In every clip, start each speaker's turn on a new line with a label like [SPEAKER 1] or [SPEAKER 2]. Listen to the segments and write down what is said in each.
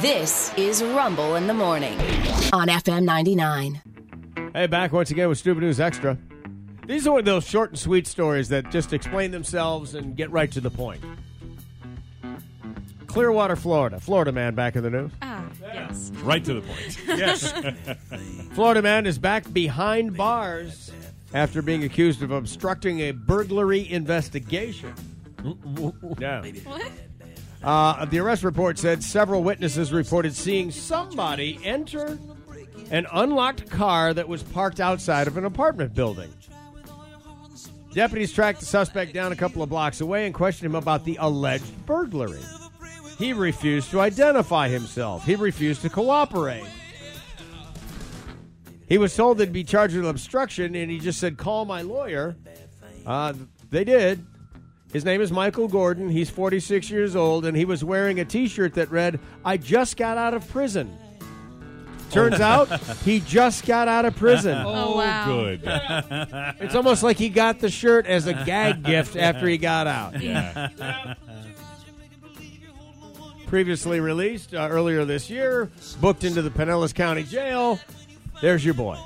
[SPEAKER 1] This is Rumble in the Morning on FM 99.
[SPEAKER 2] Mm-hmm.
[SPEAKER 3] Hey, back once again with Stupid News Extra. These are one of those short and sweet stories that just explain themselves and get right to the point. Clearwater, Florida. Florida man back in the news.
[SPEAKER 2] Ah, yes.
[SPEAKER 4] Right to the point.
[SPEAKER 3] Yes. Florida man is back behind bars after being accused of obstructing a burglary investigation. Yeah.
[SPEAKER 2] What?
[SPEAKER 3] Uh, the arrest report said several witnesses reported seeing somebody enter an unlocked car that was parked outside of an apartment building. Deputies tracked the suspect down a couple of blocks away and questioned him about the alleged burglary. He refused to identify himself, he refused to cooperate. He was told that he'd be charged with obstruction, and he just said, Call my lawyer. Uh, they did. His name is Michael Gordon. He's 46 years old, and he was wearing a t shirt that read, I just got out of prison. Turns out he just got out of prison.
[SPEAKER 2] Oh, wow.
[SPEAKER 4] Good.
[SPEAKER 3] It's almost like he got the shirt as a gag gift after he got out.
[SPEAKER 4] Yeah.
[SPEAKER 3] Previously released uh, earlier this year, booked into the Pinellas County Jail. There's your boy.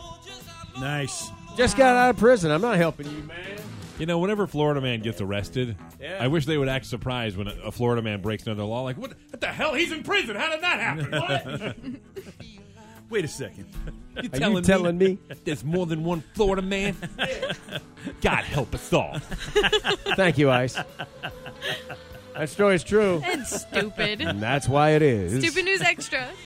[SPEAKER 5] Nice.
[SPEAKER 3] Just got out of prison. I'm not helping you, man.
[SPEAKER 4] You know, whenever a Florida man gets arrested,
[SPEAKER 3] Yeah.
[SPEAKER 4] I wish they would act surprised when a, a Florida man breaks another law. Like, what, what the hell? He's in prison. How did that happen? What?
[SPEAKER 5] Wait a second.
[SPEAKER 4] You
[SPEAKER 3] Are you telling me?
[SPEAKER 4] there's more than one Florida man? God help us all.
[SPEAKER 3] Thank you, Ice. That story's true.
[SPEAKER 2] And stupid.
[SPEAKER 3] And that's why it is.
[SPEAKER 2] stupid news extra.